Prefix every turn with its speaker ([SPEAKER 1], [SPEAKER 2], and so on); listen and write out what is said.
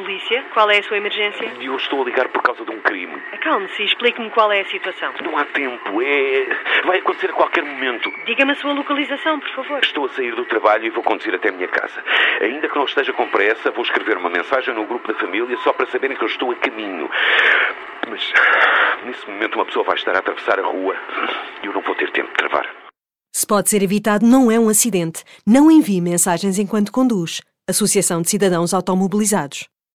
[SPEAKER 1] Polícia, qual é a sua emergência?
[SPEAKER 2] Eu estou a ligar por causa de um crime.
[SPEAKER 1] Acalme-se e explique-me qual é a situação.
[SPEAKER 2] Não há tempo, é. Vai acontecer a qualquer momento.
[SPEAKER 1] Diga-me a sua localização, por favor.
[SPEAKER 2] Estou a sair do trabalho e vou conduzir até a minha casa. Ainda que não esteja com pressa, vou escrever uma mensagem no grupo da família só para saberem que eu estou a caminho. Mas nesse momento uma pessoa vai estar a atravessar a rua e eu não vou ter tempo de travar.
[SPEAKER 3] Se pode ser evitado, não é um acidente. Não envie mensagens enquanto conduz. Associação de Cidadãos Automobilizados.